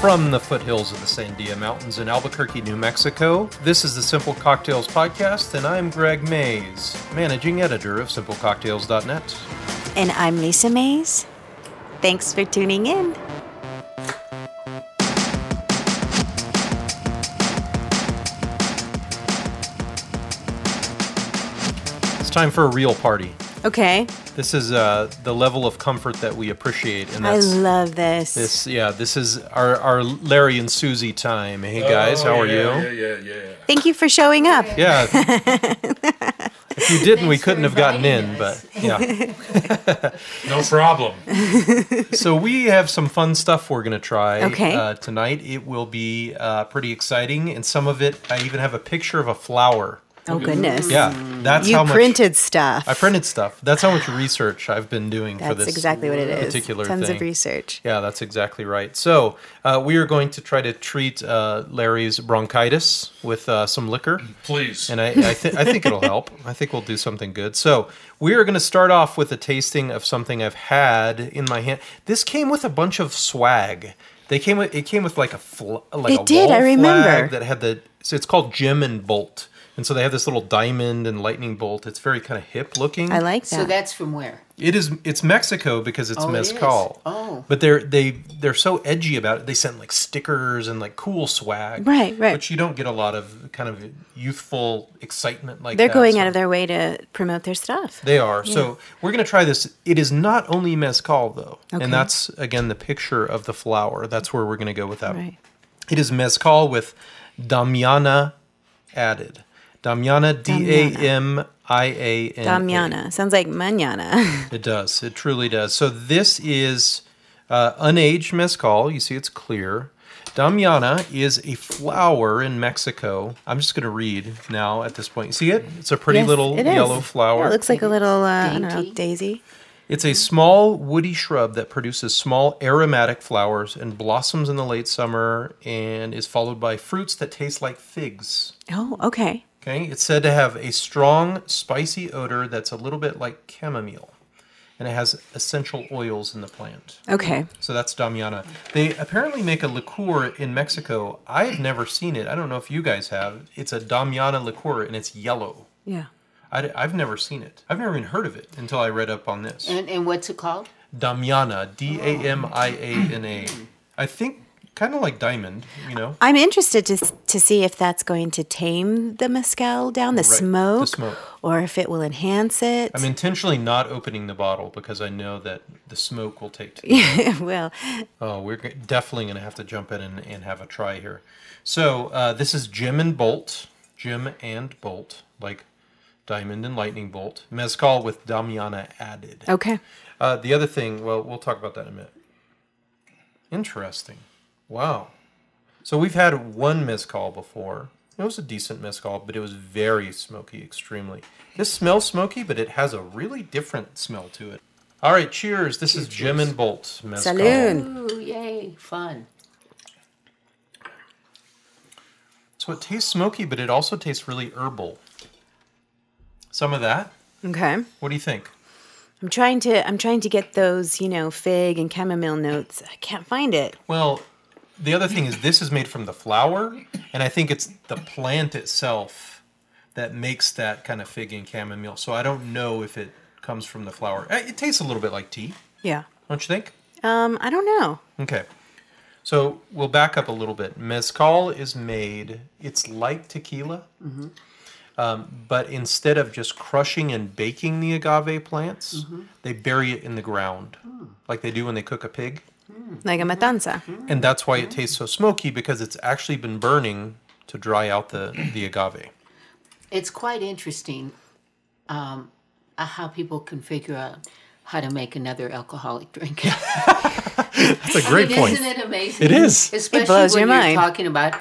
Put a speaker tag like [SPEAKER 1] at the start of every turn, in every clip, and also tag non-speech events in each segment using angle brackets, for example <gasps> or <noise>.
[SPEAKER 1] From the foothills of the Sandia Mountains in Albuquerque, New Mexico, this is the Simple Cocktails Podcast, and I'm Greg Mays, managing editor of SimpleCocktails.net.
[SPEAKER 2] And I'm Lisa Mays. Thanks for tuning in.
[SPEAKER 1] It's time for a real party.
[SPEAKER 2] Okay.
[SPEAKER 1] This is uh, the level of comfort that we appreciate, and
[SPEAKER 2] I
[SPEAKER 1] that's
[SPEAKER 2] love this.
[SPEAKER 1] this. Yeah, this is our, our Larry and Susie time. Hey guys, how are
[SPEAKER 3] Oh, yeah,
[SPEAKER 1] you?
[SPEAKER 3] Yeah, yeah, yeah.
[SPEAKER 2] Thank you for showing up.
[SPEAKER 1] Oh, Yeah.
[SPEAKER 4] <laughs>
[SPEAKER 1] if you didn't, we
[SPEAKER 4] Thanks
[SPEAKER 1] couldn't
[SPEAKER 4] for
[SPEAKER 1] have gotten in,
[SPEAKER 4] inviting us.
[SPEAKER 1] but yeah.
[SPEAKER 3] No problem.
[SPEAKER 1] so we have some fun stuff we're gonna try
[SPEAKER 2] Okay.
[SPEAKER 1] uh, tonight. It will be uh, pretty exciting, and some of it I even have a picture of a flower.
[SPEAKER 2] Oh, goodness.
[SPEAKER 1] Yeah, that's
[SPEAKER 2] Mm. You
[SPEAKER 1] how much
[SPEAKER 2] printed stuff.
[SPEAKER 1] I printed stuff. That's how much research I've been doing for
[SPEAKER 2] That's
[SPEAKER 1] this.
[SPEAKER 2] exactly what it is.
[SPEAKER 1] particular
[SPEAKER 2] Tons
[SPEAKER 1] thing.
[SPEAKER 2] of research.
[SPEAKER 1] Yeah, that's exactly right. So uh, we are going to try to treat uh, Larry's bronchitis with uh, some liquor.
[SPEAKER 3] Please.
[SPEAKER 1] And uh, I, I, th- I think it'll help. I think we'll do something good. So we are going to start off with a tasting of something I've had in my hand. This came with a bunch of swag. They came with it came with like a fl- like
[SPEAKER 2] It
[SPEAKER 1] a
[SPEAKER 2] did,
[SPEAKER 1] wall
[SPEAKER 2] I remember.
[SPEAKER 1] flag that had the so it's called Gem and Bolt, and so they have this little diamond and lightning bolt. It's very kind of hip looking.
[SPEAKER 2] I like that.
[SPEAKER 4] So that's from where?
[SPEAKER 1] It is. It's Mexico because it's
[SPEAKER 4] it is.
[SPEAKER 1] mezcal.
[SPEAKER 4] Oh.
[SPEAKER 1] but they're they they're so edgy about it. They send like stickers and like cool swag,
[SPEAKER 2] Right, right.
[SPEAKER 1] Which you don't get a lot of kind of youthful excitement like.
[SPEAKER 2] They're
[SPEAKER 1] that,
[SPEAKER 2] going
[SPEAKER 1] so-
[SPEAKER 2] out of their way to promote their stuff.
[SPEAKER 1] They are. So we're gonna try this. It is not only mezcal though,
[SPEAKER 2] Okay.
[SPEAKER 1] and that's again the picture of the flower. That's where we're gonna go with that.
[SPEAKER 2] Right.
[SPEAKER 1] It is mezcal with damiana added. Damiana, D A M I A N. A.
[SPEAKER 2] Damiana. Sounds like manana.
[SPEAKER 1] It does. It truly does. So this is uh, unaged mezcal. You see, it's clear. Damiana is a flower in Mexico. I'm just going to read now at this point. You see it? It's a pretty
[SPEAKER 2] Yes,
[SPEAKER 1] little
[SPEAKER 2] it is.
[SPEAKER 1] yellow flower.
[SPEAKER 2] <laughs> it looks like a little, uh, I don't know,
[SPEAKER 4] Dainty.
[SPEAKER 2] daisy.
[SPEAKER 1] It's a small woody shrub that produces small aromatic flowers and blossoms in the late summer and is followed by fruits that taste like figs.
[SPEAKER 2] Oh, okay.
[SPEAKER 1] Okay, it's said to have a strong, spicy odor that's a little bit like chamomile, and it has essential oils in the plant.
[SPEAKER 2] Okay.
[SPEAKER 1] So that's Damiana. They apparently make a liqueur in Mexico. I've never seen it. I don't know if you guys have. It's a Damiana liqueur, and it's yellow.
[SPEAKER 2] Yeah.
[SPEAKER 1] I, have never seen it. I've never even heard of it until I read up on this.
[SPEAKER 4] And, and what's it called?
[SPEAKER 1] Damiana, D A M I A N A. I think kind of like diamond, you know?
[SPEAKER 2] I'm interested to s- to see if that's going to tame the mezcal down, the,
[SPEAKER 1] Right, the
[SPEAKER 2] smoke,
[SPEAKER 1] smoke.
[SPEAKER 2] or if it will enhance it.
[SPEAKER 1] I'm intentionally not opening the bottle because I know that the smoke will take.
[SPEAKER 2] <laughs> well,
[SPEAKER 1] Oh, we're g- definitely going to have to jump in and, and have a try here. So uh, this is Jim and Bolt. Jim and Bolt, like Diamond and Lightning Bolt. Mezcal with Damiana added.
[SPEAKER 2] okay.
[SPEAKER 1] Uh, the other thing, well, we'll talk about that in a minute. Interesting. Wow. So we've had one mezcal before. It was a decent mezcal, but it was very smoky, extremely. This smells smoky, but it has a really different smell to it. All right, cheers. This is Jim and Bolt mezcal.
[SPEAKER 2] Saloon.
[SPEAKER 4] Ooh, yay, fun.
[SPEAKER 1] So it tastes smoky, but it also tastes really herbal. Some of that.
[SPEAKER 2] Okay.
[SPEAKER 1] What do you think?
[SPEAKER 2] I'm trying to I'm trying to get those, you know, fig and chamomile notes. I can't find it.
[SPEAKER 1] Well, the other thing is this is made from the flower, and I think it's the plant itself that makes that kind of fig and chamomile. So I don't know if it comes from the flower. Eh, It tastes a little bit like tea,
[SPEAKER 2] Yeah.
[SPEAKER 1] don't you think?
[SPEAKER 2] Um, I don't know.
[SPEAKER 1] Okay. So we'll back up a little bit. Mezcal is made, it's like tequila,
[SPEAKER 4] Mm-hmm.
[SPEAKER 1] um, but instead of just crushing and baking the agave plants,
[SPEAKER 4] Mm-hmm.
[SPEAKER 1] they bury it in the ground
[SPEAKER 4] Mm.
[SPEAKER 1] like they do when they cook a pig.
[SPEAKER 2] Like
[SPEAKER 1] Mm-hmm.
[SPEAKER 2] a matanza.
[SPEAKER 4] Mm.
[SPEAKER 1] And that's why it tastes so smoky because it's actually been burning to dry out the, the agave.
[SPEAKER 4] It's quite interesting um, uh, how people can figure out how to make another alcoholic drink. <laughs>
[SPEAKER 1] That's a great point.
[SPEAKER 4] Isn't it amazing?
[SPEAKER 1] It is. It
[SPEAKER 4] Especially
[SPEAKER 2] blows
[SPEAKER 4] when
[SPEAKER 2] your
[SPEAKER 4] you're
[SPEAKER 2] mind.
[SPEAKER 4] talking about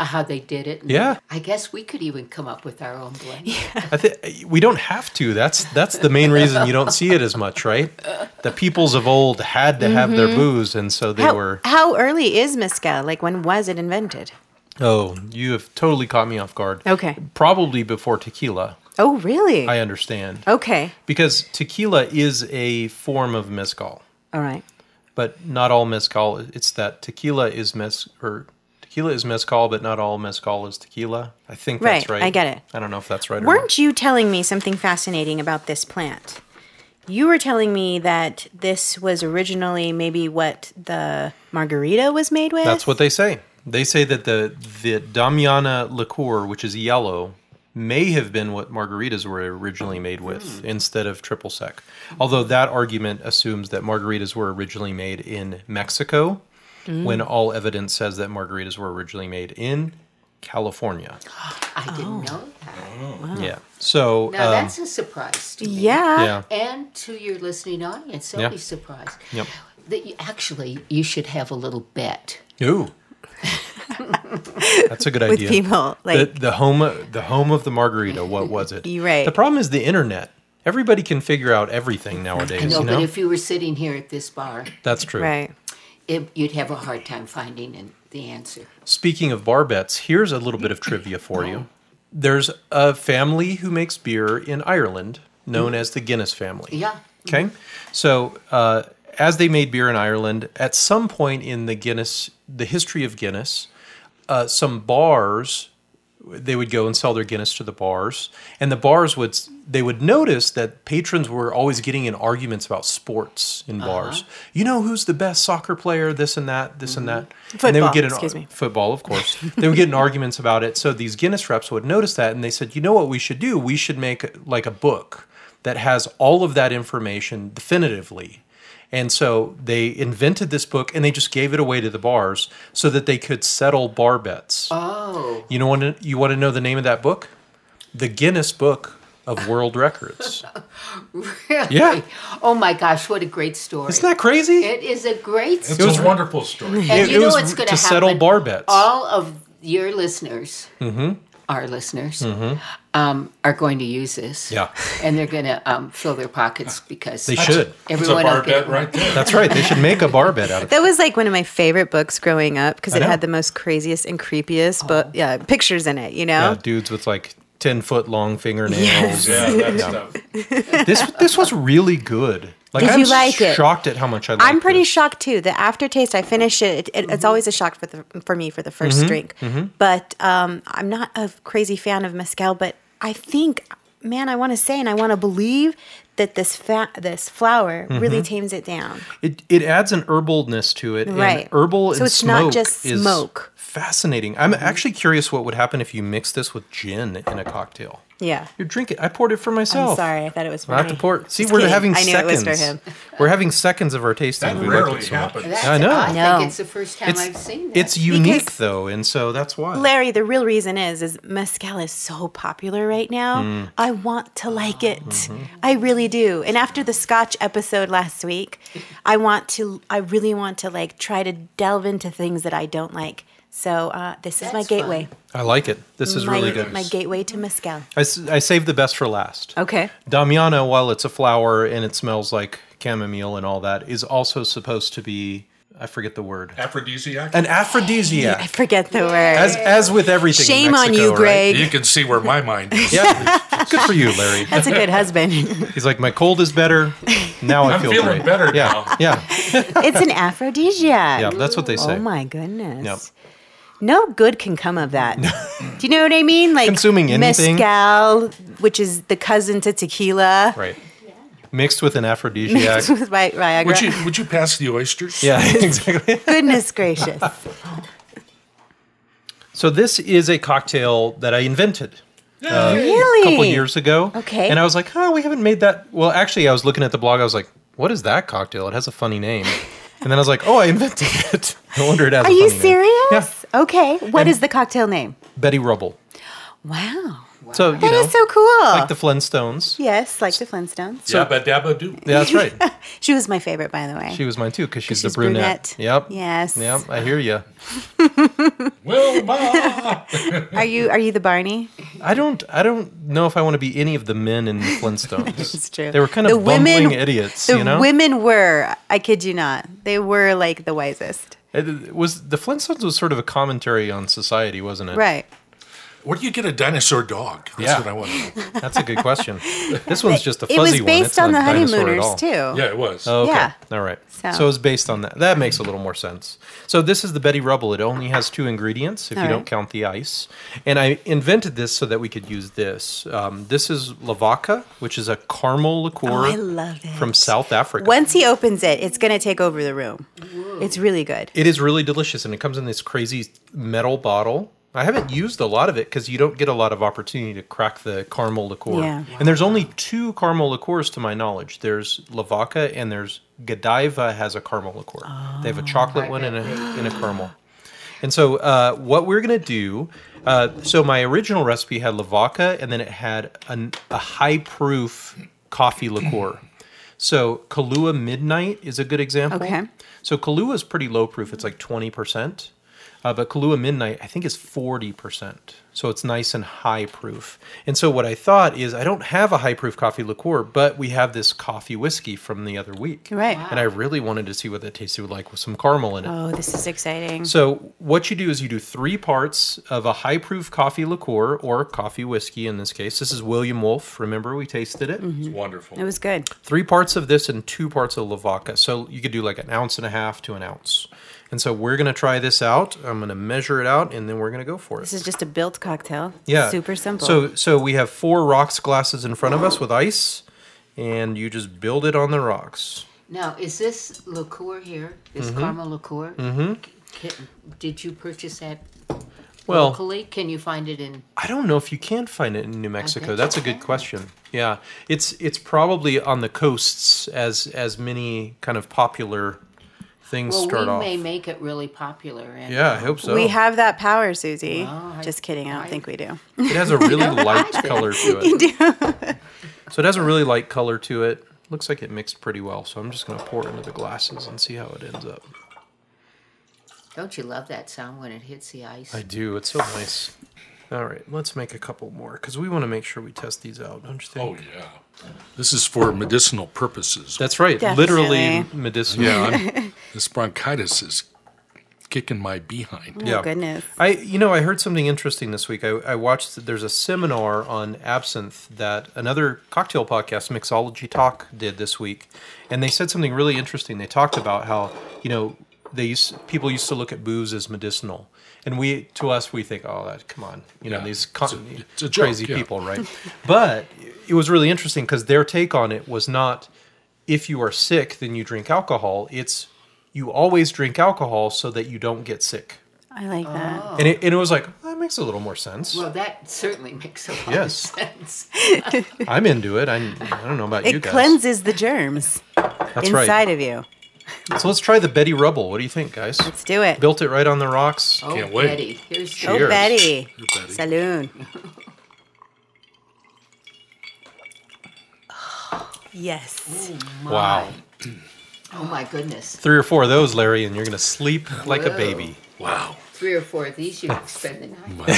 [SPEAKER 4] uh, how they did it. And
[SPEAKER 1] Yeah.
[SPEAKER 4] I guess we could even come up with our own blend.
[SPEAKER 1] I thi- we don't have to. That's that's the main reason you don't see it as much, right? The peoples of old had to have their
[SPEAKER 4] Mm-hmm.
[SPEAKER 1] booze, and so they
[SPEAKER 2] How,
[SPEAKER 1] were.
[SPEAKER 2] how early is mezcal? Like when was it invented?
[SPEAKER 1] Oh, you have totally caught me off guard.
[SPEAKER 2] Okay.
[SPEAKER 1] Probably before tequila,
[SPEAKER 2] Oh, really?
[SPEAKER 1] I
[SPEAKER 2] Oh.
[SPEAKER 1] understand.
[SPEAKER 2] okay.
[SPEAKER 1] Because tequila is a form of mezcal.
[SPEAKER 2] All right.
[SPEAKER 1] but not all mezcal. It's that tequila is mez or tequila is mezcal, but not all mezcal is tequila. I think that's
[SPEAKER 2] Right,
[SPEAKER 1] right.
[SPEAKER 2] I get it.
[SPEAKER 1] I don't know if that's right. or not.
[SPEAKER 2] Weren't you telling me something fascinating about this plant? You were telling me that this was originally maybe what the margarita was made with.
[SPEAKER 1] That's what they say. They say that the the Damiana liqueur, which is yellow, may have been what margaritas were originally made with instead of triple sec. Although that argument assumes that margaritas were originally made in Mexico, when all evidence says that margaritas were originally made in California.
[SPEAKER 4] I didn't know
[SPEAKER 1] Uh,
[SPEAKER 4] that.
[SPEAKER 1] Yeah. So
[SPEAKER 4] Now
[SPEAKER 1] um,
[SPEAKER 4] that's a surprise to me.
[SPEAKER 2] Yeah.
[SPEAKER 1] yeah.
[SPEAKER 4] And to your listening audience, they'll
[SPEAKER 1] Yeah.
[SPEAKER 4] be surprised.
[SPEAKER 1] Yep.
[SPEAKER 4] That you, actually, you should have a little bet.
[SPEAKER 2] <laughs>
[SPEAKER 1] Ooh. That's a good
[SPEAKER 2] With
[SPEAKER 1] idea.
[SPEAKER 2] people, like-
[SPEAKER 1] the, the home the home of the margarita, what was it?
[SPEAKER 2] You're right.
[SPEAKER 1] The problem is the internet. Everybody can figure out everything nowadays,
[SPEAKER 4] No,
[SPEAKER 1] you know?
[SPEAKER 4] but if you were sitting here at this bar,
[SPEAKER 1] That's true.
[SPEAKER 2] Right.
[SPEAKER 4] it, you'd have a hard time finding an, the answer.
[SPEAKER 1] Speaking of bar bets, here's a little bit of trivia for you. There's a family who makes beer in Ireland known as the Guinness family.
[SPEAKER 4] Yeah.
[SPEAKER 1] Okay. So, uh, as they made beer in Ireland, at some point in the Guinness, the history of Guinness, uh, some bars they would go and sell their Guinness to the bars, and the bars would they would notice that patrons were always getting in arguments about sports
[SPEAKER 2] Uh-huh.
[SPEAKER 1] in bars. You know who's the best soccer player? This and that. This and that. and they would
[SPEAKER 2] Football,
[SPEAKER 1] get in,
[SPEAKER 2] excuse me.
[SPEAKER 1] Football, of course. <laughs> they would get in arguments about it. So these Guinness reps would notice that, and they said, you know what we should do? We should make like a book that has all of that information definitively. And so they invented this book, and they just gave it away to the bars so that they could settle bar bets.
[SPEAKER 4] Oh,
[SPEAKER 1] You know want to, you want to know the name of that book? The Guinness Book of World
[SPEAKER 2] <laughs>
[SPEAKER 1] Records.
[SPEAKER 4] <laughs> really?
[SPEAKER 1] Yeah.
[SPEAKER 4] Oh my gosh, what a great story.
[SPEAKER 1] Isn't that crazy?
[SPEAKER 4] it is a great
[SPEAKER 3] It's
[SPEAKER 4] story.
[SPEAKER 1] was-
[SPEAKER 3] a wonderful story.
[SPEAKER 4] And
[SPEAKER 1] It-
[SPEAKER 4] you
[SPEAKER 1] it
[SPEAKER 4] know
[SPEAKER 1] was
[SPEAKER 4] what's going
[SPEAKER 1] to settle
[SPEAKER 4] happen?
[SPEAKER 1] bar bets. Mm-hmm.
[SPEAKER 4] All of your listeners, our listeners, um, are going to use this.
[SPEAKER 1] Yeah.
[SPEAKER 4] <laughs> And they're going to um, fill
[SPEAKER 1] <laughs>
[SPEAKER 4] their pockets because
[SPEAKER 1] They should.
[SPEAKER 3] It's a
[SPEAKER 4] Everyone
[SPEAKER 3] bar
[SPEAKER 4] will get
[SPEAKER 3] bet
[SPEAKER 4] it.
[SPEAKER 3] right there.
[SPEAKER 1] That's right. They should make a bar bet out of it.
[SPEAKER 2] <laughs> That was like one of my favorite books growing up because
[SPEAKER 1] I
[SPEAKER 2] it
[SPEAKER 1] know.
[SPEAKER 2] had the most craziest and creepiest, but yeah, pictures in it. You know,
[SPEAKER 1] Yeah, dudes with like ten foot long fingernails.
[SPEAKER 2] Yes.
[SPEAKER 3] Yeah, that stuff.
[SPEAKER 1] This this was really good. Like
[SPEAKER 2] Did
[SPEAKER 1] I'm
[SPEAKER 2] you like it?
[SPEAKER 1] shocked at how much I liked
[SPEAKER 2] I'm pretty
[SPEAKER 1] this.
[SPEAKER 2] shocked too. The aftertaste, I finish it. it, it It's always a shock for the, for me for the 1st
[SPEAKER 1] Mm-hmm.
[SPEAKER 2] drink. But um, I'm not a crazy fan of mezcal. But I think, man, I want to say and I want to believe that this fa- this flower
[SPEAKER 1] Mm-hmm.
[SPEAKER 2] really tames it down.
[SPEAKER 1] It it adds an herbalness to it.
[SPEAKER 2] Right.
[SPEAKER 1] And herbal
[SPEAKER 2] So
[SPEAKER 1] and
[SPEAKER 2] it's not
[SPEAKER 1] smoke
[SPEAKER 2] just
[SPEAKER 1] is
[SPEAKER 2] smoke. Mm-hmm.
[SPEAKER 1] Fascinating. I'm actually curious what would happen if you mix this with gin in a cocktail.
[SPEAKER 2] Yeah.
[SPEAKER 1] You're drinking. I poured it for myself.
[SPEAKER 2] I'm sorry. I thought it was for
[SPEAKER 1] Not
[SPEAKER 2] me.
[SPEAKER 1] to pour. Mm. See,
[SPEAKER 2] Just
[SPEAKER 1] we're
[SPEAKER 2] kidding.
[SPEAKER 1] having
[SPEAKER 2] I knew
[SPEAKER 1] seconds.
[SPEAKER 2] it was for him.
[SPEAKER 1] We're having seconds of our tasting.
[SPEAKER 3] That
[SPEAKER 1] We liked it
[SPEAKER 3] rarely
[SPEAKER 1] so much.
[SPEAKER 3] happens.
[SPEAKER 4] That's,
[SPEAKER 1] I know.
[SPEAKER 4] I
[SPEAKER 2] No.
[SPEAKER 4] think it's the first time I've seen that.
[SPEAKER 1] It's unique
[SPEAKER 2] Because-
[SPEAKER 1] though, and so that's why.
[SPEAKER 2] Larry, the real reason is is mezcal is so popular right now.
[SPEAKER 1] Mm.
[SPEAKER 2] I want to like it.
[SPEAKER 1] Mm-hmm.
[SPEAKER 2] I really do. And after the Scotch episode last week, I want to. I really want to like try to delve into things that I don't like. So uh, this is my
[SPEAKER 4] That's fun.
[SPEAKER 2] gateway.
[SPEAKER 1] I like it. This is
[SPEAKER 2] my,
[SPEAKER 1] really good.
[SPEAKER 2] My gateway to mezcal.
[SPEAKER 1] I, s- I saved the best for last.
[SPEAKER 2] Okay.
[SPEAKER 1] Damiano, while it's a flower and it smells like chamomile and all that, is also supposed to be. I forget the word.
[SPEAKER 3] Aphrodisiac.
[SPEAKER 1] An
[SPEAKER 2] I
[SPEAKER 1] aphrodisiac.
[SPEAKER 2] forget the word.
[SPEAKER 1] As as with everything. in
[SPEAKER 2] Shame on
[SPEAKER 1] Mexico,
[SPEAKER 2] you,
[SPEAKER 1] right?
[SPEAKER 2] Greg.
[SPEAKER 3] You can see where my mind is.
[SPEAKER 1] Yeah. Good for you, Larry.
[SPEAKER 2] That's a
[SPEAKER 1] <laughs>
[SPEAKER 2] good husband. <laughs>
[SPEAKER 1] He's like, my cold is better. Now <laughs> I
[SPEAKER 3] I'm
[SPEAKER 1] feel
[SPEAKER 3] feeling
[SPEAKER 1] great.
[SPEAKER 3] better
[SPEAKER 1] Yeah.
[SPEAKER 3] now.
[SPEAKER 1] Yeah.
[SPEAKER 2] it's an aphrodisiac.
[SPEAKER 1] Yeah. That's what they say.
[SPEAKER 2] Oh my goodness.
[SPEAKER 1] Yep.
[SPEAKER 2] No good can come of
[SPEAKER 1] <laughs>
[SPEAKER 2] that. Do you know what I mean? Like
[SPEAKER 1] Consuming anything.
[SPEAKER 2] mezcal, which is the cousin to tequila.
[SPEAKER 1] Right. Mixed with an aphrodisiac.
[SPEAKER 2] <laughs> With Vi- Viagra.
[SPEAKER 3] Would you would you pass the oysters?
[SPEAKER 1] yeah, <laughs> exactly. <laughs>
[SPEAKER 2] Goodness gracious.
[SPEAKER 1] So this is a cocktail that I invented
[SPEAKER 2] really?
[SPEAKER 1] a couple years ago.
[SPEAKER 2] Okay.
[SPEAKER 1] And I was like, oh, we haven't made that. Well, actually, I was looking at the blog. I was like, what is that cocktail? It has a funny name. And then I was like, oh, I invented it. <laughs> No wonder it has
[SPEAKER 2] Are
[SPEAKER 1] a
[SPEAKER 2] you
[SPEAKER 1] funny name.
[SPEAKER 2] serious?
[SPEAKER 1] Yeah.
[SPEAKER 2] Okay. What is the cocktail name?
[SPEAKER 1] Betty Rubble.
[SPEAKER 2] Wow.
[SPEAKER 1] So, you
[SPEAKER 2] that is
[SPEAKER 1] know,
[SPEAKER 2] so cool.
[SPEAKER 1] like the Flintstones.
[SPEAKER 2] yes, like the Flintstones.
[SPEAKER 3] Dabba dabba doo.
[SPEAKER 1] Yeah, that's
[SPEAKER 2] <laughs>
[SPEAKER 1] right.
[SPEAKER 2] She was my favorite, by the way.
[SPEAKER 1] She was mine too because she's,
[SPEAKER 2] she's
[SPEAKER 1] the brunette.
[SPEAKER 2] brunette.
[SPEAKER 1] Yep.
[SPEAKER 2] Yes.
[SPEAKER 1] Yep. I hear you.
[SPEAKER 3] <laughs> Wilma.
[SPEAKER 2] are you are you the Barney?
[SPEAKER 1] I don't. I don't know if I want to be any of the men in the Flintstones.
[SPEAKER 2] <laughs> It's true.
[SPEAKER 1] They were kind of
[SPEAKER 2] The women-
[SPEAKER 1] bumbling idiots.
[SPEAKER 2] The
[SPEAKER 1] you know.
[SPEAKER 2] women were, I kid you not, they were like the wisest.
[SPEAKER 1] It was the Flintstones was sort of a commentary on society, wasn't it?
[SPEAKER 2] Right.
[SPEAKER 3] Where do you get a dinosaur dog? That's
[SPEAKER 1] Yeah.
[SPEAKER 3] what I want to know.
[SPEAKER 1] That's a good
[SPEAKER 2] <laughs>
[SPEAKER 1] question. This one's just a fuzzy
[SPEAKER 2] it
[SPEAKER 1] one.
[SPEAKER 2] was
[SPEAKER 1] It's
[SPEAKER 2] based
[SPEAKER 1] not
[SPEAKER 2] on the
[SPEAKER 1] a dinosaur at all.
[SPEAKER 2] honeymooners too.
[SPEAKER 3] Yeah, it was.
[SPEAKER 1] Okay.
[SPEAKER 2] Yeah.
[SPEAKER 1] All right. So.
[SPEAKER 2] So-
[SPEAKER 1] it was based on that. That makes a little more sense. So this is the Betty Rubble. It only has two ingredients if
[SPEAKER 2] All
[SPEAKER 1] you don't
[SPEAKER 2] right.
[SPEAKER 1] count the ice. And I invented this so that we could use this. Um, this is Lavaca, which is a caramel liqueur
[SPEAKER 2] Oh, I love it.
[SPEAKER 1] from South Africa.
[SPEAKER 2] Once he opens it, it's going to take over the room. It's really good.
[SPEAKER 1] It is really delicious, and it comes in this crazy metal bottle. I haven't used a lot of it because you don't get a lot of opportunity to crack the caramel liqueur.
[SPEAKER 2] Yeah.
[SPEAKER 1] And there's only two caramel liqueurs to my knowledge. There's Lavaca and there's Godiva has a caramel liqueur. they have a chocolate one and a, and a caramel. And so uh, what we're gonna do, uh, so my original recipe had Lavaca and then it had an, a high proof coffee liqueur. So Kahlua Midnight is a good example.
[SPEAKER 2] Okay.
[SPEAKER 1] So Kahlua is pretty low proof. It's like 20%. Uh, but Kahlua Midnight, I think, is 40%. So it's nice and high proof. And so what I thought is I don't have a high proof coffee liqueur, but we have this coffee whiskey from the other week.
[SPEAKER 2] Right. Wow.
[SPEAKER 1] And I really wanted to see what that tasted like with some caramel in it.
[SPEAKER 2] Oh, this is exciting.
[SPEAKER 1] So what you do is you do three parts of a high proof coffee liqueur or coffee whiskey in this case. This is William Wolf. Remember we tasted it?
[SPEAKER 3] It's wonderful.
[SPEAKER 2] it was good.
[SPEAKER 1] three parts of this and two parts of Lavaca. So you could do like an ounce and a half to an ounce. And so we're gonna try this out. I'm gonna measure it out, and then we're gonna go for it.
[SPEAKER 2] This is just a built cocktail.
[SPEAKER 1] yeah,
[SPEAKER 2] Super simple.
[SPEAKER 1] So so we have four rocks glasses in front of us with ice, and you just build it on the rocks.
[SPEAKER 4] Now, is this liqueur here? This caramel liqueur? Mm-hmm. did you purchase that
[SPEAKER 1] Well,
[SPEAKER 4] locally? Can you find it in?
[SPEAKER 1] I don't know if you can find it in New Mexico.
[SPEAKER 4] bet
[SPEAKER 1] That's a
[SPEAKER 4] you
[SPEAKER 1] good
[SPEAKER 4] can.
[SPEAKER 1] question. Yeah, it's it's probably on the coasts as as many kind of popular things
[SPEAKER 4] Well,
[SPEAKER 1] start
[SPEAKER 4] we
[SPEAKER 1] off.
[SPEAKER 4] may make it really popular. And
[SPEAKER 1] yeah, I hope so.
[SPEAKER 2] we have that power, Susie.
[SPEAKER 4] Wow, I-
[SPEAKER 2] just kidding. I don't
[SPEAKER 4] I-
[SPEAKER 2] think we do. <laughs>
[SPEAKER 1] It has a really light color to it. So it has a really light color to it. Looks like it mixed pretty well. So I'm just going to pour it into the glasses and see how it ends up.
[SPEAKER 4] Don't you love that sound when it hits the ice?
[SPEAKER 1] I do. It's so nice. All right, let's make a couple more because we want to make sure we test these out, don't you
[SPEAKER 3] Oh
[SPEAKER 1] think?
[SPEAKER 3] yeah. This is for medicinal purposes.
[SPEAKER 1] That's right. Literally
[SPEAKER 2] Definitely.
[SPEAKER 1] medicinal.
[SPEAKER 3] yeah. I'm- this bronchitis is kicking my behind.
[SPEAKER 1] Yeah.
[SPEAKER 2] Oh, goodness.
[SPEAKER 1] I you know I heard something interesting this week. I, I watched that there's a seminar on absinthe that another cocktail podcast, Mixology Talk, did this week, and they said something really interesting. They talked about how you know they used, people used to look at booze as medicinal, and we to us we think oh that come on you know
[SPEAKER 3] Yeah.
[SPEAKER 1] these
[SPEAKER 3] It's a-
[SPEAKER 1] con-
[SPEAKER 3] it's a joke,
[SPEAKER 1] crazy
[SPEAKER 3] yeah.
[SPEAKER 1] people right,
[SPEAKER 3] <laughs>
[SPEAKER 1] but it was really interesting because their take on it was not if you are sick then you drink alcohol. It's you always drink alcohol so that you don't get sick.
[SPEAKER 2] I like that.
[SPEAKER 1] And it, and it was like, that makes a little more sense.
[SPEAKER 4] Well, that certainly <laughs> makes a lot
[SPEAKER 1] Yes.
[SPEAKER 4] of sense.
[SPEAKER 1] I'm into it. I, I don't know about
[SPEAKER 2] it
[SPEAKER 1] you guys.
[SPEAKER 2] cleanses the germs
[SPEAKER 1] That's right.
[SPEAKER 2] inside of you.
[SPEAKER 1] So let's try the Betty Rubble. What do you think, guys?
[SPEAKER 2] Let's do it.
[SPEAKER 1] Built it right on the rocks.
[SPEAKER 4] Oh,
[SPEAKER 3] Can't wait.
[SPEAKER 4] Betty, here's to
[SPEAKER 2] oh,
[SPEAKER 1] Cheers.
[SPEAKER 2] Betty.
[SPEAKER 3] Betty.
[SPEAKER 2] Saloon. <sighs> yes. <laughs>
[SPEAKER 1] wow.
[SPEAKER 4] Oh my goodness.
[SPEAKER 1] Three or four of those, Larry, and you're going to sleep like a
[SPEAKER 4] Whoa.
[SPEAKER 1] baby.
[SPEAKER 3] Wow.
[SPEAKER 4] Three or four of these you could spend the night.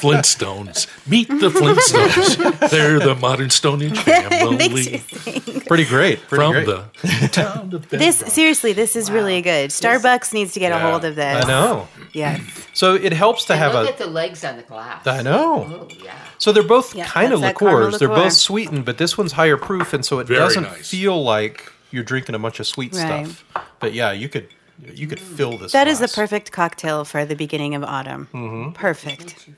[SPEAKER 3] Flintstones. Meet the Flintstones. They're the modern Stone Age
[SPEAKER 2] Thanks,
[SPEAKER 3] family
[SPEAKER 2] Susie.
[SPEAKER 1] Pretty great. Pretty
[SPEAKER 3] from
[SPEAKER 1] great.
[SPEAKER 3] the town of
[SPEAKER 2] This
[SPEAKER 3] Bedrock.
[SPEAKER 2] seriously, this is really good. Starbucks needs to get a
[SPEAKER 3] Yeah.
[SPEAKER 2] hold of this.
[SPEAKER 1] I know. Mm-hmm.
[SPEAKER 2] Yes.
[SPEAKER 1] So it helps to
[SPEAKER 4] And
[SPEAKER 1] have
[SPEAKER 4] look
[SPEAKER 1] a.
[SPEAKER 4] at the legs on the glass.
[SPEAKER 1] I know.
[SPEAKER 4] Oh yeah.
[SPEAKER 1] So they're both
[SPEAKER 2] Yeah,
[SPEAKER 1] kind of
[SPEAKER 2] that's that caramel
[SPEAKER 1] liqueurs. They're both
[SPEAKER 2] liqueur.
[SPEAKER 1] sweetened, but this one's higher proof, and so it
[SPEAKER 3] Very
[SPEAKER 1] doesn't
[SPEAKER 3] nice.
[SPEAKER 1] feel like you're drinking a bunch of sweet
[SPEAKER 2] Right.
[SPEAKER 1] stuff. But yeah, you could you could fill this.
[SPEAKER 2] That is the
[SPEAKER 1] glass.
[SPEAKER 2] perfect cocktail for the beginning of autumn.
[SPEAKER 1] Mm-hmm.
[SPEAKER 2] Perfect.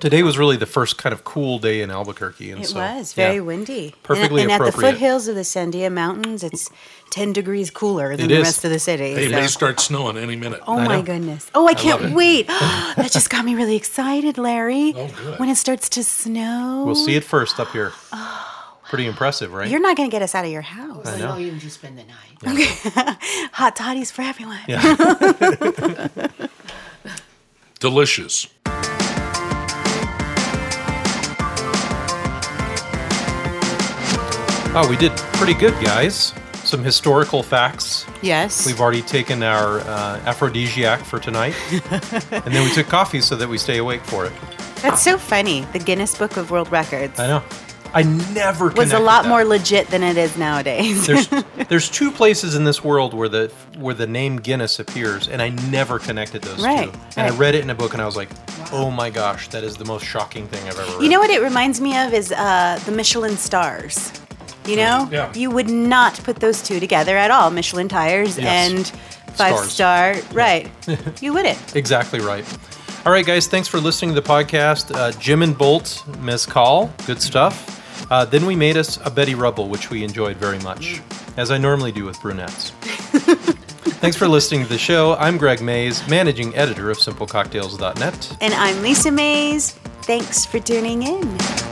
[SPEAKER 1] Today was really the first kind of cool day in Albuquerque, and
[SPEAKER 2] It
[SPEAKER 1] so
[SPEAKER 2] was very
[SPEAKER 1] yeah.
[SPEAKER 2] windy. And-
[SPEAKER 1] Perfectly
[SPEAKER 2] And, at the
[SPEAKER 1] appropriate.
[SPEAKER 2] foothills of the Sandia Mountains, it's 10 degrees cooler than
[SPEAKER 1] It
[SPEAKER 2] the
[SPEAKER 1] is.
[SPEAKER 2] rest of the city.
[SPEAKER 3] They
[SPEAKER 2] so-
[SPEAKER 3] may start snowing any minute.
[SPEAKER 2] Oh
[SPEAKER 1] I
[SPEAKER 2] my
[SPEAKER 1] know.
[SPEAKER 2] goodness. Oh, I can't
[SPEAKER 1] love it. <laughs>
[SPEAKER 2] wait. <gasps> that just got me really excited, Larry.
[SPEAKER 3] Oh, good.
[SPEAKER 2] When it starts to snow.
[SPEAKER 1] We'll see it first up here. Pretty impressive, right?
[SPEAKER 2] Oh. You're not going to get us out of your house.
[SPEAKER 4] I
[SPEAKER 1] know.
[SPEAKER 4] know you can just spend the night.
[SPEAKER 2] Hot toddies for everyone.
[SPEAKER 1] yeah.
[SPEAKER 2] <laughs>
[SPEAKER 3] Delicious.
[SPEAKER 1] Oh, we did pretty good, guys. Some historical facts.
[SPEAKER 2] Yes.
[SPEAKER 1] We've already taken our uh, aphrodisiac for
[SPEAKER 2] <laughs>
[SPEAKER 1] tonight, and then we took coffee so that we stay awake for it.
[SPEAKER 2] That's so funny. The Guinness Book of World Records.
[SPEAKER 1] I know. I never
[SPEAKER 2] was a
[SPEAKER 1] connected
[SPEAKER 2] lot
[SPEAKER 1] that.
[SPEAKER 2] more legit than it is nowadays. <laughs>
[SPEAKER 1] There's there's two places in this world where the where the name Guinness appears, and I never connected those
[SPEAKER 2] Right,
[SPEAKER 1] two. And I
[SPEAKER 2] right.
[SPEAKER 1] read it in a book, and I was like, oh my gosh, that is the most shocking thing I've ever read.
[SPEAKER 2] You know what it reminds me of is uh, the Michelin stars. You know,
[SPEAKER 3] Yeah.
[SPEAKER 2] you would not put those two together at all. Michelin tires
[SPEAKER 1] Yes.
[SPEAKER 2] and five star,
[SPEAKER 1] <laughs>
[SPEAKER 2] right? you wouldn't.
[SPEAKER 1] Exactly right. All right, guys, thanks for listening to the podcast. Uh, Jim and Bolt, Ms. Call, good stuff. Uh, then we made us a Betty Rubble, which we enjoyed very much, as I normally do with brunettes. thanks for listening to the show. I'm Greg Mays, managing editor of SimpleCocktails.net.
[SPEAKER 2] And I'm Lisa Mays. Thanks for tuning in.